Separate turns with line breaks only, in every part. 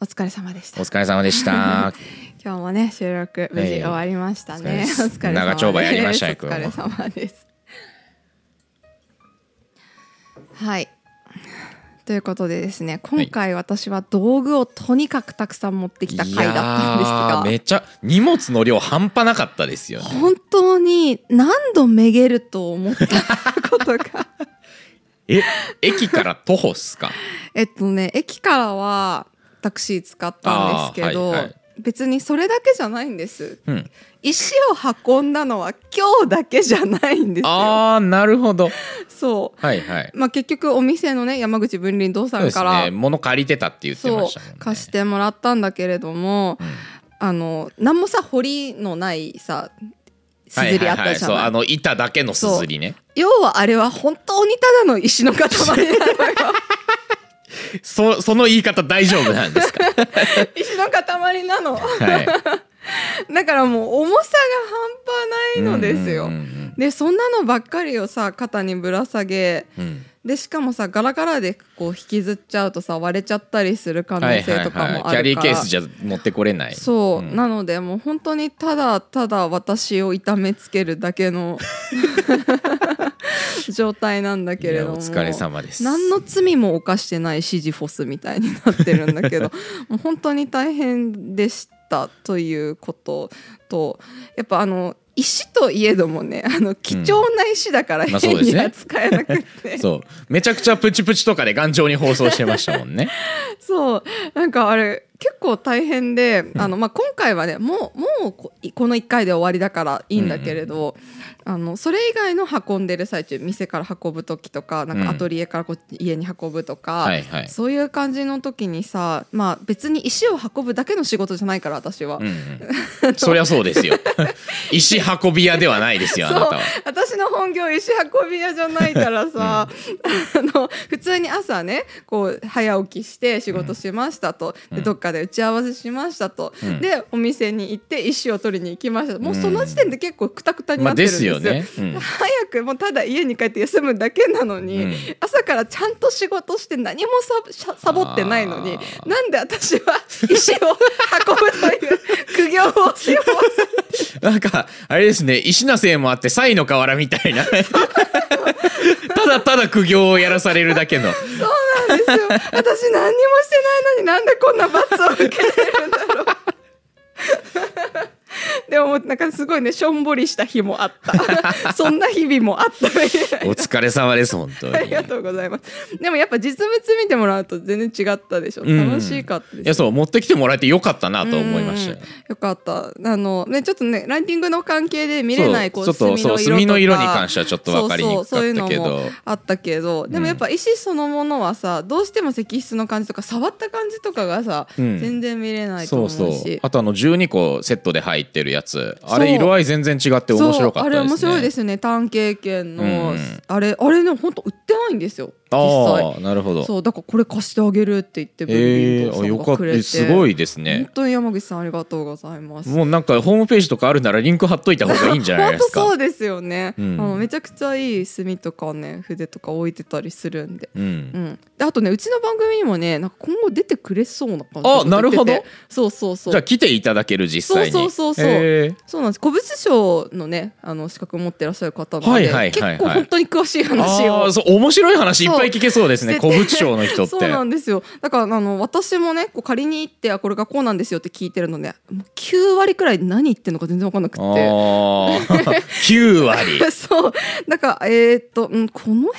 お疲れ様でした
お疲れ様でした
今日もね収録無事終わりましたね、
ええ
お疲れ様です
長丁場やりましたね
お疲れ様ですはいということでですね今回私は道具をとにかくたくさん持ってきた回だったんです
いやー
が
めっちゃ荷物の量半端なかったですよね
本当に何度めげると思ったことが
え駅から徒歩っすか
えっとね駅からはタクシー使ったんですけど、
あーはいはい
別にそれだけじゃないんです
うん
石を運んだのは今日だけじゃないんですよ
ああなるほど
そ
はいはいう
まあ結局お店のね山口分林堂
そ
さ
うんで
か
す
ら
ね物借りてたって言って
そう,、
ましたもんね
貸してもらったんだけれども、あの何もさ掘りのないさすずりあったじゃ
はいはいはい、そう
な
あ
い
の板だけのすずりね
要はあれは本当にただの石の塊 なのよ
そその言い方大丈夫なん ですか
石の塊なの
はい
だからもう重さが半端ないのですよ、
うんうん
でそんなのばっかりをさ肩にぶら下げ
うんうん
でしかもさガラガラでこう引きずっちゃうとさ割れちゃったりする可能
はいはい
性とか
はい
も
キ
あ
ャリ
るか
ーケ
ら
ースじゃ持ってこれない
そう、
ん
なのでもう本当にただただ私を痛めつけるだけの 状態なんだけれども
いやお疲れ様です
何の罪も犯してないシジフォスみたいになってるんだけ どもう本当に大変でしたということとやっぱあの石といえどもねあの貴重な石だから
まあ
変
そうです
に
ね
扱えなくって、
そうめちゃくちゃプチプチとかで頑丈に放送してましたも んね
そうなんかあれ結構大変で、あのまあ、今回はねもうもうここの1回で終わりだからいいんだけれど、あのそれ以外の運んでる最中店から運ぶ時とかなん
うん
かアトリエからこっち家に運ぶとか、
はいはい
そういう感じの時にさ、まあ、別に石を運ぶだけの仕事じゃないから私は。
うんうん、そりゃそう ですよ石運び屋ではないですよあ
そう
なたは
私の本業石運び屋じゃないからさ、あの普通に朝ねこう早起きして仕事しましたと、でどっかで打ち合わせしましたと、
うん
でお店に行って石を取りに行きましたともうその時点で結構くたくたにな
まあ
って
で
るんです
す
よ,、
よね、うん
早くもうただ家に帰って休むだけなのに、
うん
朝からちゃんと仕事して何もサボサボってないのに
あー
なんで私は石を運ぶという苦行をしよう
なんか、あれですね、石なせいもあって、サイの河原みたいな。ただただ苦行をやらされるだけの。
そうなんですよ。私何にもしてないのになんでこんな罰を受けてるんだろう。 でもなんかすごいねしょんぼりした日もあった。 そんな日々もあったという。
お疲れ様です、本当
あり
に。
がとうございます。でもやっぱ実物見てもらうと全然違ったでしょ。
うん
楽しかったで
い
しょ
や、。そう、持ってきてもらえてよかったなと思いましたよ。
よかった。あの、ね、ちょっとね、ランキングの関係で見れない、
そ
こ
う
う、
ちょっ
墨の色とか
とそう墨の色に関してはちょっと分かりにくかった
そうそうそういう
け
の
ど
もあったけど、でもやっぱ石そのものはさ、どうしても石質の感じとか、触った感じとかがさ、
うん
全然見れないと
そ
思う
う
し。
そう。あとあの、12個セットで入ってるやつ。あれ、
そう
色合い全然違って面白かったですね。
そうあれ面白いですね単経験の、
うん
あれあれね本当売ってないんですよ実
あ
際
あ、なるほど。
そうだからこれ貸してあげるって言ってブ
ええ
ンビン
あよ
さん
か
が
っ
くれて、
た。すごいですね
本。当に山口さんありがとうございます
もうなんか、ホームページとかあるならリンク貼っといた方がいいんじゃないです か。
本当そうですよね、
う
うんのめちゃくちゃいい墨とかね筆とか置いてたりするんで。
うん
う。ん、であとねうちの番組にもねなんか今後出てくれそうな感じ
あなるほど
出ててそうそうそう
じゃあ来ていただける実際に。
そうそうそうそう
へ
そうなんです古物商のねあの資格持ってらっしゃる方なので、
はいはいはいはい
結構本当に詳しい
ー
話
あ
を
ーそう面白い話いっぱい聞けそうですね
そう
古物商の人って。
そうなんですよだからあの私もねこう仮に行ってあこれがこうなんですよって聞いてるのでもう9割くらい何言ってるのか全然分かんなく
あ
て
あ9 割。
そうだからえーっと、うん、この辺の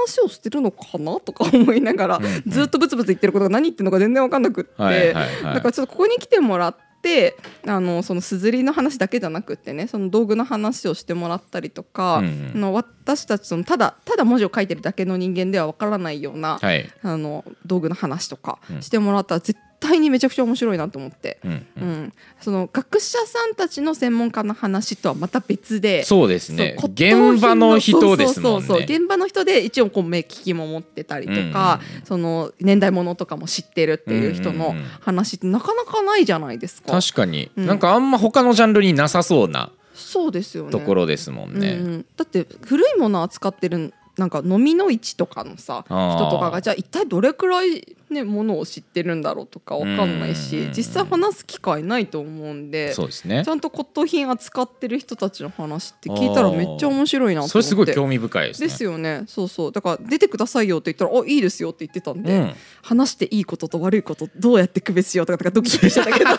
話をしてるのかなとか思いながら、ずっとブツブツ言ってることが何言ってるのか全然分かんなくって、
はいはいはい
だからちょっとここに来てもらってあのそのすずりの話だけじゃなくってねその道具の話をしてもらったりとか、
うん
あの私たちそのただただ文字を書いてるだけの人間では分からないような、
はい。
あの道具の話とか
うん
してもらったら絶対にめちゃくちゃ面白いなと思って。
うん
うんその学者さんたちの専門家の話とはまた別で
そうですね
そう。
現場の人
骨董品
ですもんね。
そうそうそう現場の人で一応こう目利きも持ってたりとか、その年代物とかも知ってるっていう人
う
の
んうんうん
話ってなかなかないじゃないですか。
確かに、
うん
なんかあんま他のジャンルになさそうな
そうですよね。
ところですもんね。
うんうんだって古いもの扱ってるなんか飲みの市とかのさ
あー
人とかがじゃあ一体どれくらいね、ものを知ってるんだろうとかわかんないし
うん
実際話す機会ないと思うんで
そうですね
ちゃんと骨董品扱ってる人たちの話って聞いたらめっちゃ面白いなと思って
それすごい興味深いですね
ですよねそうそうだから出てくださいよって言ったら「あいいですよ」って言ってたんで、
うん
話していいことと悪いことどうやって区別しようとかとかドキドキしてた けど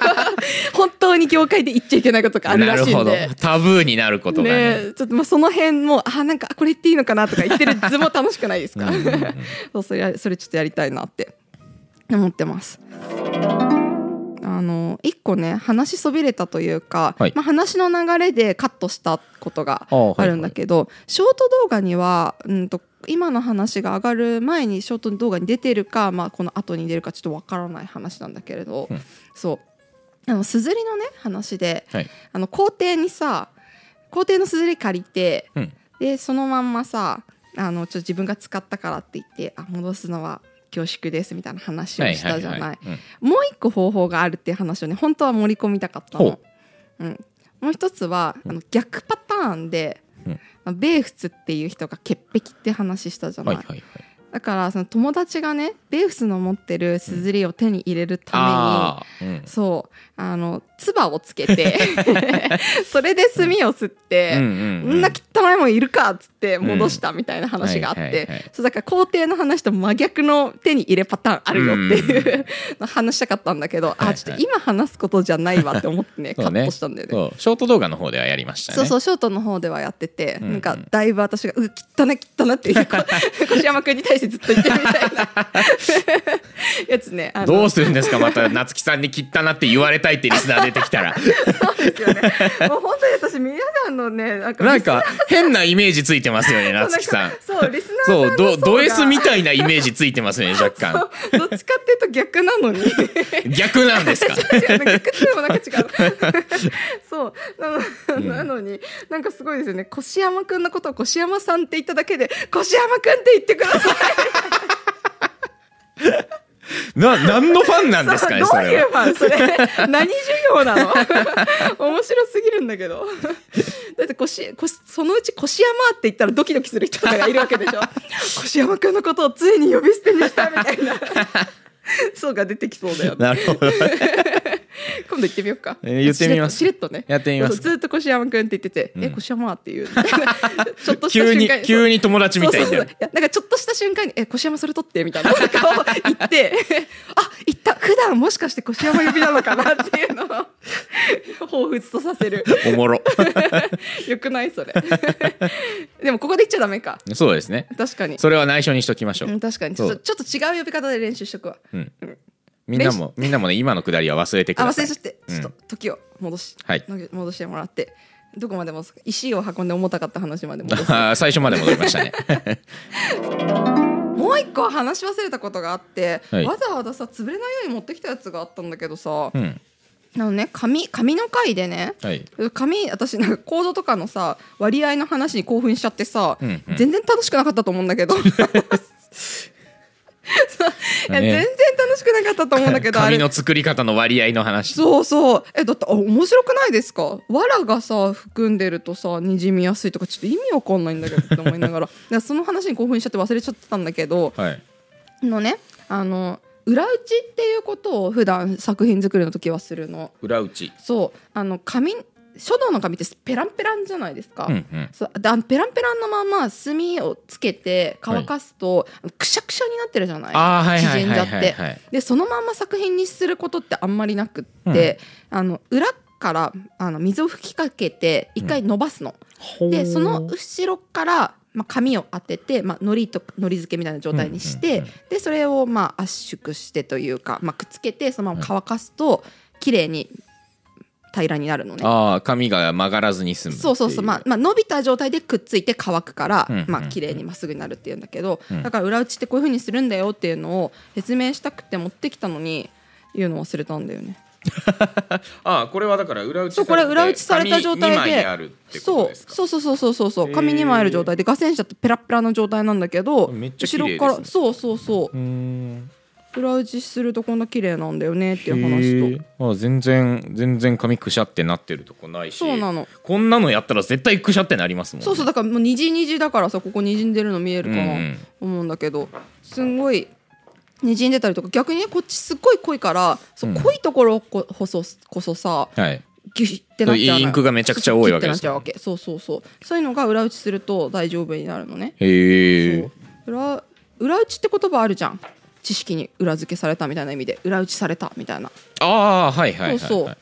本当に業界で言っちゃいけないことがあるらしいん
な
で
るほど。タブーになることがね
ね、ちょっとまあその辺もあなんかあこれ言っていいのかなとか言ってる図も楽しくないですか
うんうんうん
そうそれやそれちょっとやりたいなって思ってます。あの一個ね話しそびれたというか、
はい
まあ、話の流れでカットしたことが
あはい
あるんだけど、ショート動画には、うん、と今の話が上がる前にショート動画に出てるか、まあ、この後に出るかちょっとわからない話なんだけれど、
うん
そうあのすずりのね話で
はい
あの校庭にさ校庭のすずり借りて
うん
でそのまんまさあのちょっと自分が使ったからって言ってあ戻すのは恐縮ですみたいな話を
はい
したじゃない,、
はいはい
もう一個方法があるっていう話をね本当は盛り込みたかった
ほ
の。うん、もう一つは、あの逆パターンで、
うん
あのベーフツっていう人が潔癖って話したじゃ
うん
な、
はいいはいはい
だからその友達がねベーフツの持ってるすずりを手に入れるために、
ああうん
そうあの唾をつけ てそれで炭を吸って。
うん
こんな汚いもんいるかっつって戻したみたいな話があっ
うんはいはいは
て
い
そうだから皇帝の話と真逆の手に入れパターンあるよっていうの話したかったんだけど
いは
あ
い
ちょっと今話すことじゃないわって思ってねカ
そうね
ットしたんだよね。
そうショート動画の方ではやりましたね
そうそうショートの方ではやってて、
うんうん
なんかだいぶ私が「う汚ね汚ね」っていう こ越山君に対してずっと言ってるみたいなやつねあの
どうするんですかまた夏木さんに切ったなって言われたいってリスナー出てき たら
そうですよねもう本当に私皆さんのねなんか
なんか変なイメージついてますよね
そう
夏木さん
なんかそうリスナー
そう
さんの
ドド S
層が
みたいなイメージついてますよね若干
どっちかっていうと逆な のに違う
逆なんですか
違う逆っていうのもなんか違う そうなのなのに、なんかすごいですよね越山くんのことを越山さんって言っただけで越山くんって言ってください
な何のファンなんですかね
ど
そう
い
れ
う
は
ファンそれ何授業なの 面白すぎるんだけど だってこしこしそのうち「こし山」って言ったらドキドキする人とかがいるわけでしょ こし山くんのことをついに呼び捨てにしたみたいな そうが出てきそうだよね
なる ほど
今度行ってみようか。
えー言ってみます
しれっとしれっとね。
やってみます
そうそうずっと越山くんって言ってて、え、越山って いう。ちょっとした
急
瞬
に
間
急
に。
に友達
そ
み
う
た
そう
いに
そう
ないる
やなんかちょっとした瞬間に「え越山それ取って」みたいなことを言って あ言った普段もしかして越山呼びなのかなっていうのを彷彿とさせる
おもろ
よくないそれ でもここで言っちゃダメか
そうですね
確かに
それは内緒にしときましょ
うん
う
確かにちょっと
そう
ちょっと違う呼び方で練習しとくわ
みんなもみんなもね今のくだりは忘れてく
あ
だ
忘
さ
れ
い
ちゃって、ちょっと時を戻し、
はい
の戻してもらってどこまで戻すか石を運んで重たかった話まで戻す
あー 最初まで戻りまし たね
もう一個話し忘れたことがあって、
はい
わざわざさ潰れないように持ってきたやつがあったんだけどさ、
うん
あのね紙紙の回でね
はい
紙私なんかコードとかのさ割合の話に興奮しちゃってさ、
うんうん
全然楽しくなかったと思うんだけ どそういや全然楽しくなかったと 思うんだけどあれ
紙の作り方の割合の話
そうそうえだってあ面白くないですかわらがさ含んでるとさにじみやすいとかちょっと意味わかんないんだけどって思いな がらだからその話に興奮しちゃって忘れちゃってたんだけど
はい
あのねあの裏打ちっていうことを普段作品作りの時はするの
裏打ち
そうあの紙書道の紙ってペランペランじゃないですか、
うんうん
そうだペランペランのまま墨をつけて乾かすと、くしゃくしゃになってるじゃない
ああはいはいはい
縮
は
ん
い
じゃって
はい
でそのまんま作品にすることってあんまりなくって、あの裏からあの水を吹きかけて一回伸ばすの、でその後ろから、まあ、紙を当てて、まあ、糊と糊漬けみたいな状態にして、
うんうん
でそれをまあ圧縮してというか、まあ、くっつけてそのまま乾かすと綺麗に平らになるのね。
ああ紙が曲がらずに済むってい
そうそうそう、まあまあ、伸びた状態でくっついて乾くから、
うんうん
まあ綺麗にまっすぐになるっていうんだけど、
うん
だから裏打ちってこういうふうにするんだよっていうのを説明したくて持ってきたのに言うの忘れたんだよね。
ああこれはだから裏打ち
そうこれ裏打ちされた状態でそうそうそうそうそうそうそう紙
へー
2枚ある状態で画線車ってペラッペラの状態なんだけど
めっちゃ綺
後
麗
ろ
です
か
ね
らそうそうそう
ううん
裏打ちするとこんな綺麗なんだよねっていう話と。
あ全然全然髪くしゃってなってるとこないし
そうなの
こんなのやったら絶対くしゃってなりますもんね
そうそうだからもう虹虹だからさここにじんでるの見えるかな、
うんうん
思うんだけどすんごいにじんでたりとか逆にねこっちすっごい濃いから、そう
うん
濃いところここそこそさ
はい。
ギュッてなっちゃうのよ
インクがめちゃくちゃ多いわけです
ギュッてなっち
ね
ゃうわけそうそうそうそういうのが裏打ちすると大丈夫になるのね
へ
そ
え
う。裏裏打ちって言葉あるじゃん知識に裏付けされたみたいな意味で裏打ちされたみたいな、
ああ、はいはいはいはい。
そうそう、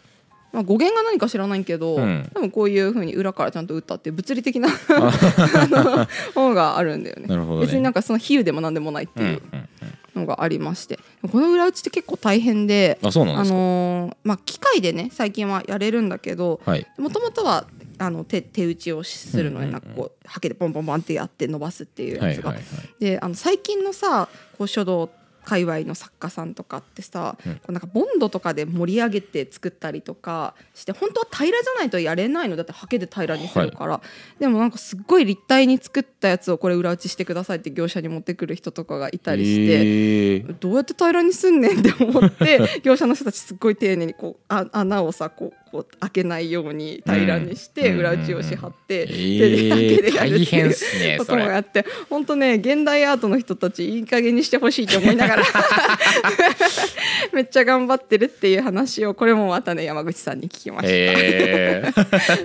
まあ、語源が何か知らないけど、
うん
多分こういうふうに裏からちゃんと打ったっていう物理 的なあの方があるんだよね
なるほどね
別になんかその比喩でも何でもないって
うんう
いうんのがありまして、この裏打ちって結構大変で
あそうなんですか
のーまあ、機械でね最近はやれるんだけど、
はい。
もともとはあの手手打ちをするので、
うんうんうん
なんかこうハケでポンポンポンってやって伸ばすっていう
は
や
い
つが、
はいはい。
であの最近のさこう書道界隈の作家さんとかってさ、
うん
こうなんかボンドとかで盛り上げて作ったりとかして本当は平らじゃないとやれないのだってハケで平らにするから、でもなんかすっごい立体に作ったやつをこれ裏打ちしてくださいって業者に持ってくる人とかがいたりして。
へえ
どうやって平らにすんねんって思って業者の人たちすっごい丁寧にこうあ穴をさこうこう開けないように平らにして
うん
裏打ちをし張って、手で
え
手
え
でやるって
大変
い
っ
う
すね
こ
そ
とも
れ
やって本当ね現代アートの人たちいい加減にしてほしいと思いな がらめっちゃ頑張ってるっていう話をこれもまたね山口さんに聞きまし
へえ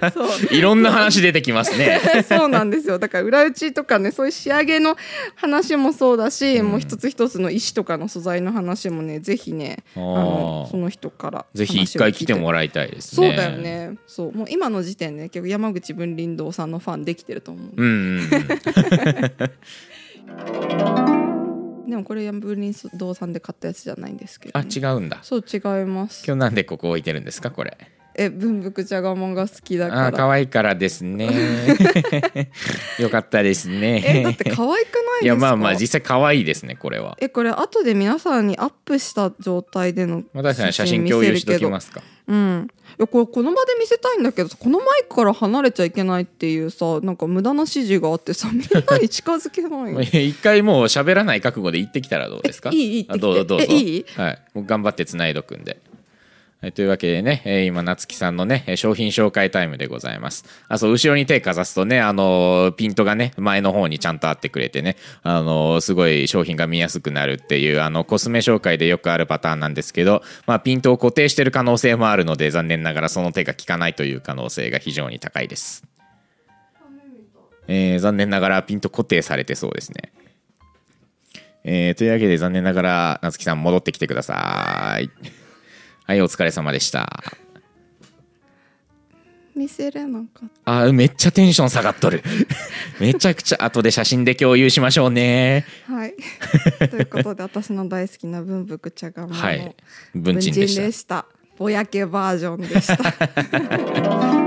た。そう
いろんな話出てきますね
そうなんですよだから裏打ちとかねそういう仕上げの話もそうだし、
うん
もう一つ一つの石とかの素材の話もねぜひね
あ
あ
ー
のその人から
ぜひ一回来て
ら
もらいたいです
そ
ね
うだよねそうもう今の時点で、ね、結構山口文林堂さんのファンできてると思う、
うんうんうん
でもこれ山口文林堂さんで買ったやつじゃないんですけど
あ
ね、
違うんだ
そう違います
今日なんでここ置いてるんですかこれ
え文福ちゃがまが好きだ
あ
か
あ可
ら
愛いからで すねよかったですね
えだって可愛くないですか
いやまあまあ実際可愛いですねこれは
えこれ後で皆さんにアップした状態での
まあ確かに写真共有しときますか
うん、いやこれこの場で見せたいんだけどさこのマイクから離れちゃいけないっていうさなんか無駄な指示があってさみんな に近づけないよ
一回もう喋らない覚悟で行ってきたらどうですか
えいいいい行ってきて
あどうぞどうぞ
えいい
はい、もう頑張ってつないどくんで、はい、というわけでね、えー今夏樹さんのねえー商品紹介タイムでございますあそう後ろに手かざすとね、あのーピントがね前の方にちゃんと合ってくれてね、あのーすごい商品が見やすくなるっていうあのコスメ紹介でよくあるパターンなんですけど、まあ、ピントを固定してる可能性もあるので残念ながらその手が効かないという可能性が非常に高いですえー残念ながらピント固定されてそうですね。えーというわけで残念ながら夏樹さん戻ってきてください。はい、お疲れ様でした。
見せれなかっ
あー、めっちゃテンション下がっとる。 めちゃくちゃ後で写真で共有しましょうね。
たはい ということで私の大好きな文福茶がま
はい
の。
文鎮でした。
したぼやけバージョンでした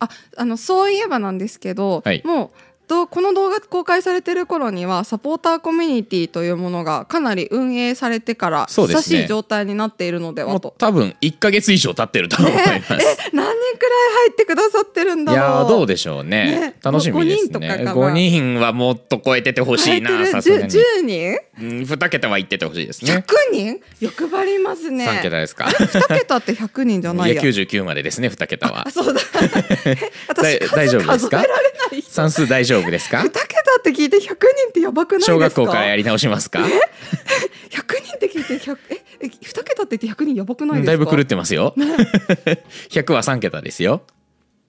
ああのそういえばなんですけど、
はい
もうどうこの動画公開されてる頃にはサポーターコミュニティというものがかなり運営されてから
そうですね
久しい状態になっているので
も
は
う
と
多分1ヶ月以上経ってると思います。
何人くらい入ってくださってるん
い
だろう
やーどうでしょうね
ね
楽しみです
ご五人とかか
ね
な
5人はもっと超えててほし
入
いな
って
さ
る
すがに
じゅ10人
うん2桁はいっててほしいですね
?100 人欲張りますね
3桁で すか
2桁って100人じゃない
い
や
や99までですね2桁 は
あそう だえ私
だ大丈夫ですか
数えられない
算数大丈夫ですか
二桁って聞いて100人ってやばくないですか
小学校からやり直しますか
100人って聞いて100ええ2桁って言って100人やばくない
うん
ですか
だいぶ狂ってますよ100は3桁で すよ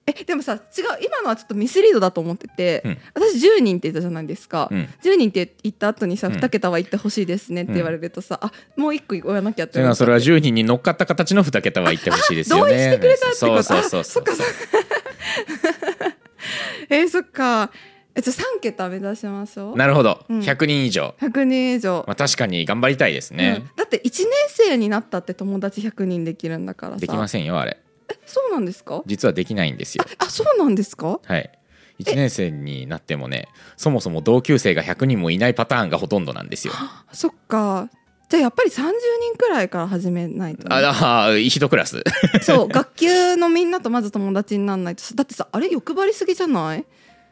えでもさ違う今のはちょっとミスリードだと思ってて、
うん
私10人って言ったじゃないですか、
うん
10人って言った後にさ
ん
2桁は言ってほしいですねって言われるとさ、あもう1個言わなきゃって
という
思っ
の
ちゃ
はそ
っ
れ
て
は10人に乗っかった形の2桁は言ってほしいですよ
同
ね
意してくれたってこと
そうそうそうそう
あそっかえーそっかえじゃあ3桁目指しましょう
なるほど
うん
100人以上、
100人以上、
まあ、確かに頑張りたいです
う
ね
ん、だって1年生になったって友達100人できるんだからさ
できませんよあれ
そうなんですか
実はできないんですよ
あそうなんですか
はい1年生になってもねそもそも同級生が100人もいないパターンがほとんどなんですよ
そっか。じゃあやっぱり30人くらいから始めないとね、
ああ一クラス
そう学級のみんなとまず友達にならないとだってさあれ欲張りすぎじゃない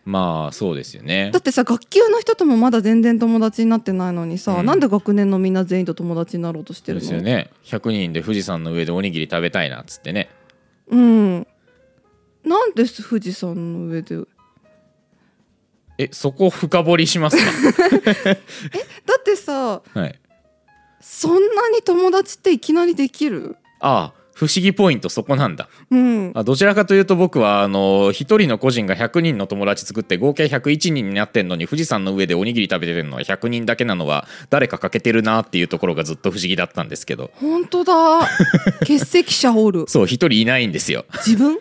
まあそうですよね
だってさ学級の人ともまだ全然友達になってないのにさ、
うん
なんで学年のみんな全員と友達になろうとしてる
で
の
すよね100人で富士山の上でおにぎり食べたいなっつってね
うんなんで富士山の上でだ
えそこ深掘りしますか
ってさ
はい
そんなに友達っていきなりできる
ああ不思議ポイントそこなんだ
うん
あどちらかというと僕はあの一人の個人が100人の友達作って合計101人になってんのに富士山の上でおにぎり食べてるのは100人だけなのは誰か欠けてるなっていうところがずっと不思議だったんですけど
本当だ欠席者おる
そう一人いないんですよ
自分は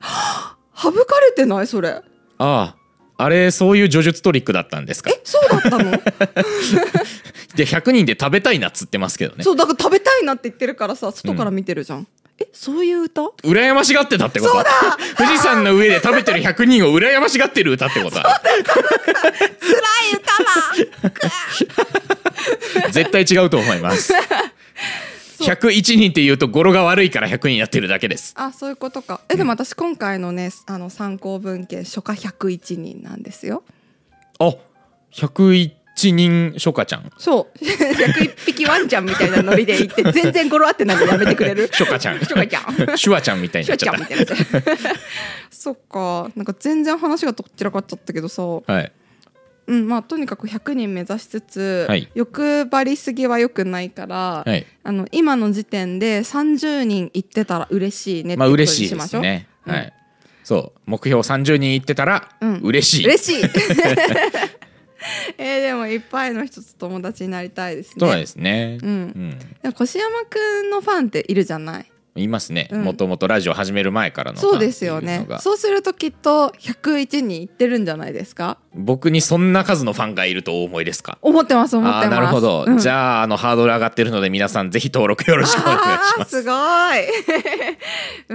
あ省かれてないそれ
あああれそういう叙述トリックだったんですか
えそうだったの、
で100人で食べたいなっつってますけどね
そうだから食べたいなって言ってるからさ外から見てるじゃん、えそういう歌そう
羨ましがってたってこと
そうだ
富士山の上で食べてる100人を羨ましがってる歌ってこと
辛い歌だ
絶対違うと思います
そう
101人って言うと語呂が悪いから100人やってるだけです
あそういうことかえでも私今回のねあの参考文献初夏101人なんですよ
あ101人初夏ちゃん
そう101匹ワンちゃんみたいなノリで行って 全然語呂合ってないのやめてくれる
初夏ちゃ ん
初夏ちゃん
シュワちゃんみたいに
シ
な
ュ
っ
ワ
ち
ち
ゃ
ゃん
っ
みたいな そっかなんか全然話がどっちらかっちゃったけどさ
たはい
うんまあとにかく100人目指しつつ、
はい
欲張りすぎは良くないから、
はい
あの今の時点で30人行ってたら嬉しいねって
まあ
ことに
嬉しい
し
で
ますしょう、
ねはいそう目標30人いってたら
うん
嬉しい
嬉しい えーでもいっぱいの人と友達になりたいですね
そうですね
うん
うん
でも越山くんのファンっているじゃない
いますね
うん
もともとラジオ始める前からの
そうですよ
ファンっ
ね
ていうのが
そうするときっと101人行ってるんじゃないですか
僕にそんな数のファンがいるとお思いですか
思ってます思ってま
ああー
す
なるほど、
うん
じゃああのハードル上がってるので皆さんぜひ登録よろしくお願いし
あー
ま
す
す
ごい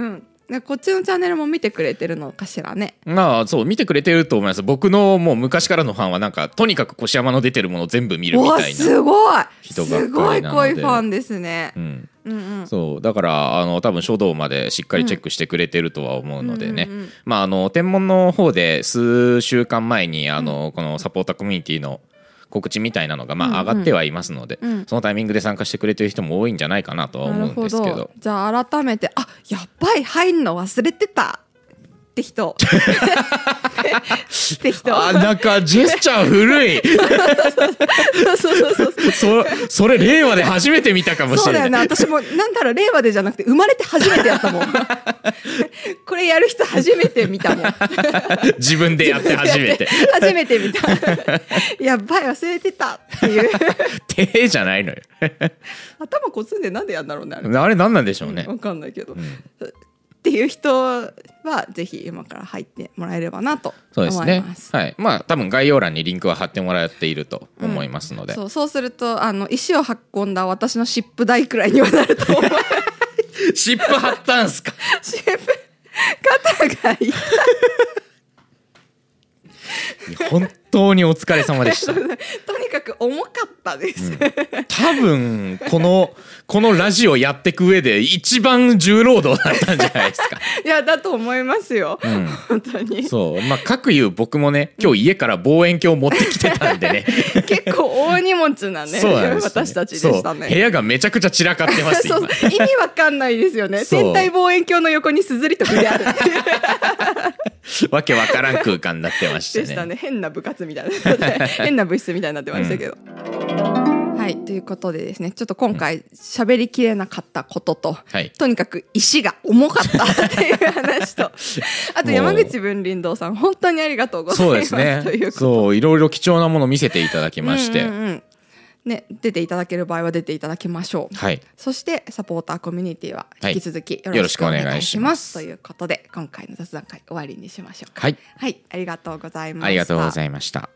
うんねこっちのチャンネルも見てくれてるのかしらね
まあそう見てくれてると思います僕のもう昔からのファンはなんかとにかく越山の出てるものを全部見るみ
お
たいな、
すごい
人ばっか
す
りなの
ご
で
い濃いファンですね
う、ん、
うんうん
そうだからあの多分書道までしっかりチェックしてくれてるとは思うのでね、
うんうんうん
まああの天文の方で数週間前にあの、このサポーターコミュニティの告知みたいなのがまあ
うんうん
上がってはいますので、
うん
そのタイミングで参加してくれてる人も多いんじゃないかなとは
な
思う
る
ん
ほ
ですけど
どじゃあ改めてあやっばい入んの忘れてたって 人って人
あなんかジェスチャー古い
そうそうそうそう
そそれ令和で初めて見たかもし
そう
れ
だ
ない
よね私もなんだろう令和でじゃなくて生まれて初めてやった もんこれやる人初めて見たもん
自分でやって初 めて
初めて見 たやばい忘れてたっていう
手じゃないのよ
頭こつんでなんでやんだろうねあれ
あれ何なんでしょうね、
わかんないけど、っていう人はぜひ今から入ってもらえればなと
そう
思い
で
ます
すねはいまあ多分概要欄にリンクは貼ってもらっていると思いますので、
そうそうするとあの石を運んだ私の湿布代くらいにはなると思 う
湿布貼ったんすか
湿布肩が痛い
本当にお疲れ様でし た
とにかく重かったです、
多分このこのラジオやってく上で一番重労働だったんじゃない ですか
いやだと思いますよ、本当に
そうまあ各言う僕もね今日家から望遠鏡を持ってきてたんでね
結構大荷物 なね
そうなんですよね
私たちでした
そ
ね
う部屋がめちゃくちゃ散らかってます
そ
今
う意味わかんないですよね
そう
天体望遠鏡の横にすずりと筆あ る
わけわからん空間になってました
で
ね
したね変な部活みたいな変な部室みたいになってましたけど、はいということでですねちょっと今回喋りきれなかったことと、
はい
とにかく石が重かったっていう話とあと山口文林堂さん本当にありがとうござい
そう
ま
です すね
ということ
そういろいろ貴重なもの見せていただきまして、
うんうんうんね、出ていただける場合は出ていただきましょう。
はい
そしてサポーターコミュニティは
はい
引き続きよ
よ
ろ
ろ
し
し
く
く
お
お
願
願
い
い
し
し
ま。
ますす
ということで今回の雑談会終わりにしましょうか。
はい
はい、ありがとうございました。
ありがとうございました